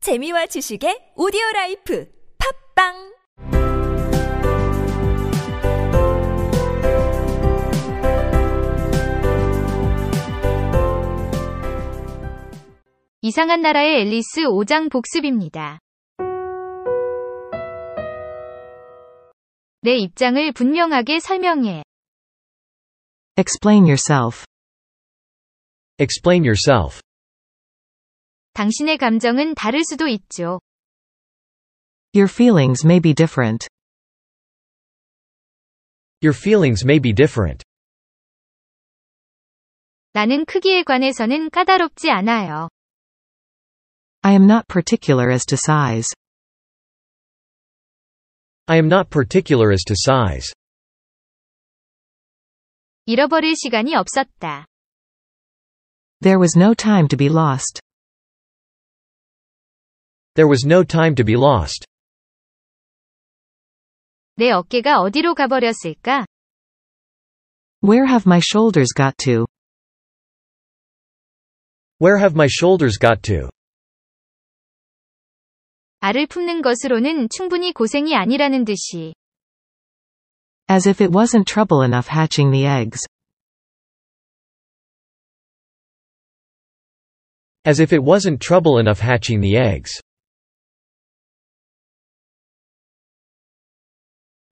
재미와 지식의 오디오 라이프 팝빵 이상한 나라의 앨리스 5장 복습입니다. 내 입장을 분명하게 설명해. Explain yourself. Explain yourself. 당신의 감정은 다를 수도 있죠. Your feelings may be different. Your feelings may be different. 나는 크기에 관해서는 까다롭지 않아요. I am not particular as to size. I am not particular as to size. 잃어버릴 시간이 없었다. There was no time to be lost. There was no time to be lost. 내 어깨가 어디로 가버렸을까? Where have my shoulders got to? Where have my shoulders got to? 알을 품는 것으로는 충분히 고생이 아니라는 듯이. As if it wasn't trouble enough hatching the eggs. As if it wasn't trouble enough hatching the eggs.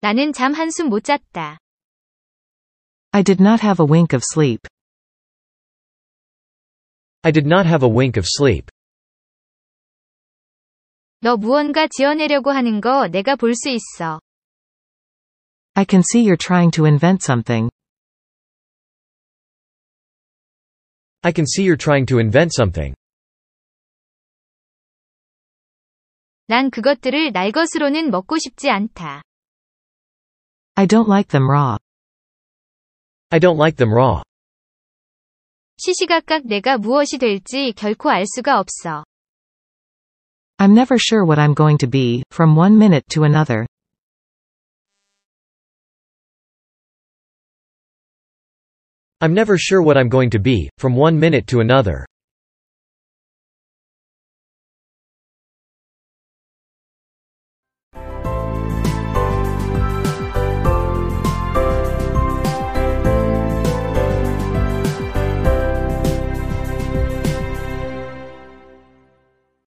나는 잠 한숨 못 잤다. I did not have a wink of sleep. I did not have a wink of sleep. 너 무언가 지어내려고 하는 거 내가 볼 수 있어. I can see you're trying to invent something. I can see you're trying to invent something. 난 그것들을 날 것으로는 먹고 싶지 않다. I don't like them raw. I don't like them raw. 시시각각 내가 무엇이 될지 결코 알 수가 없어. I'm never sure what I'm going to be, from one minute to another. I'm never sure what I'm going to be, from one minute to another.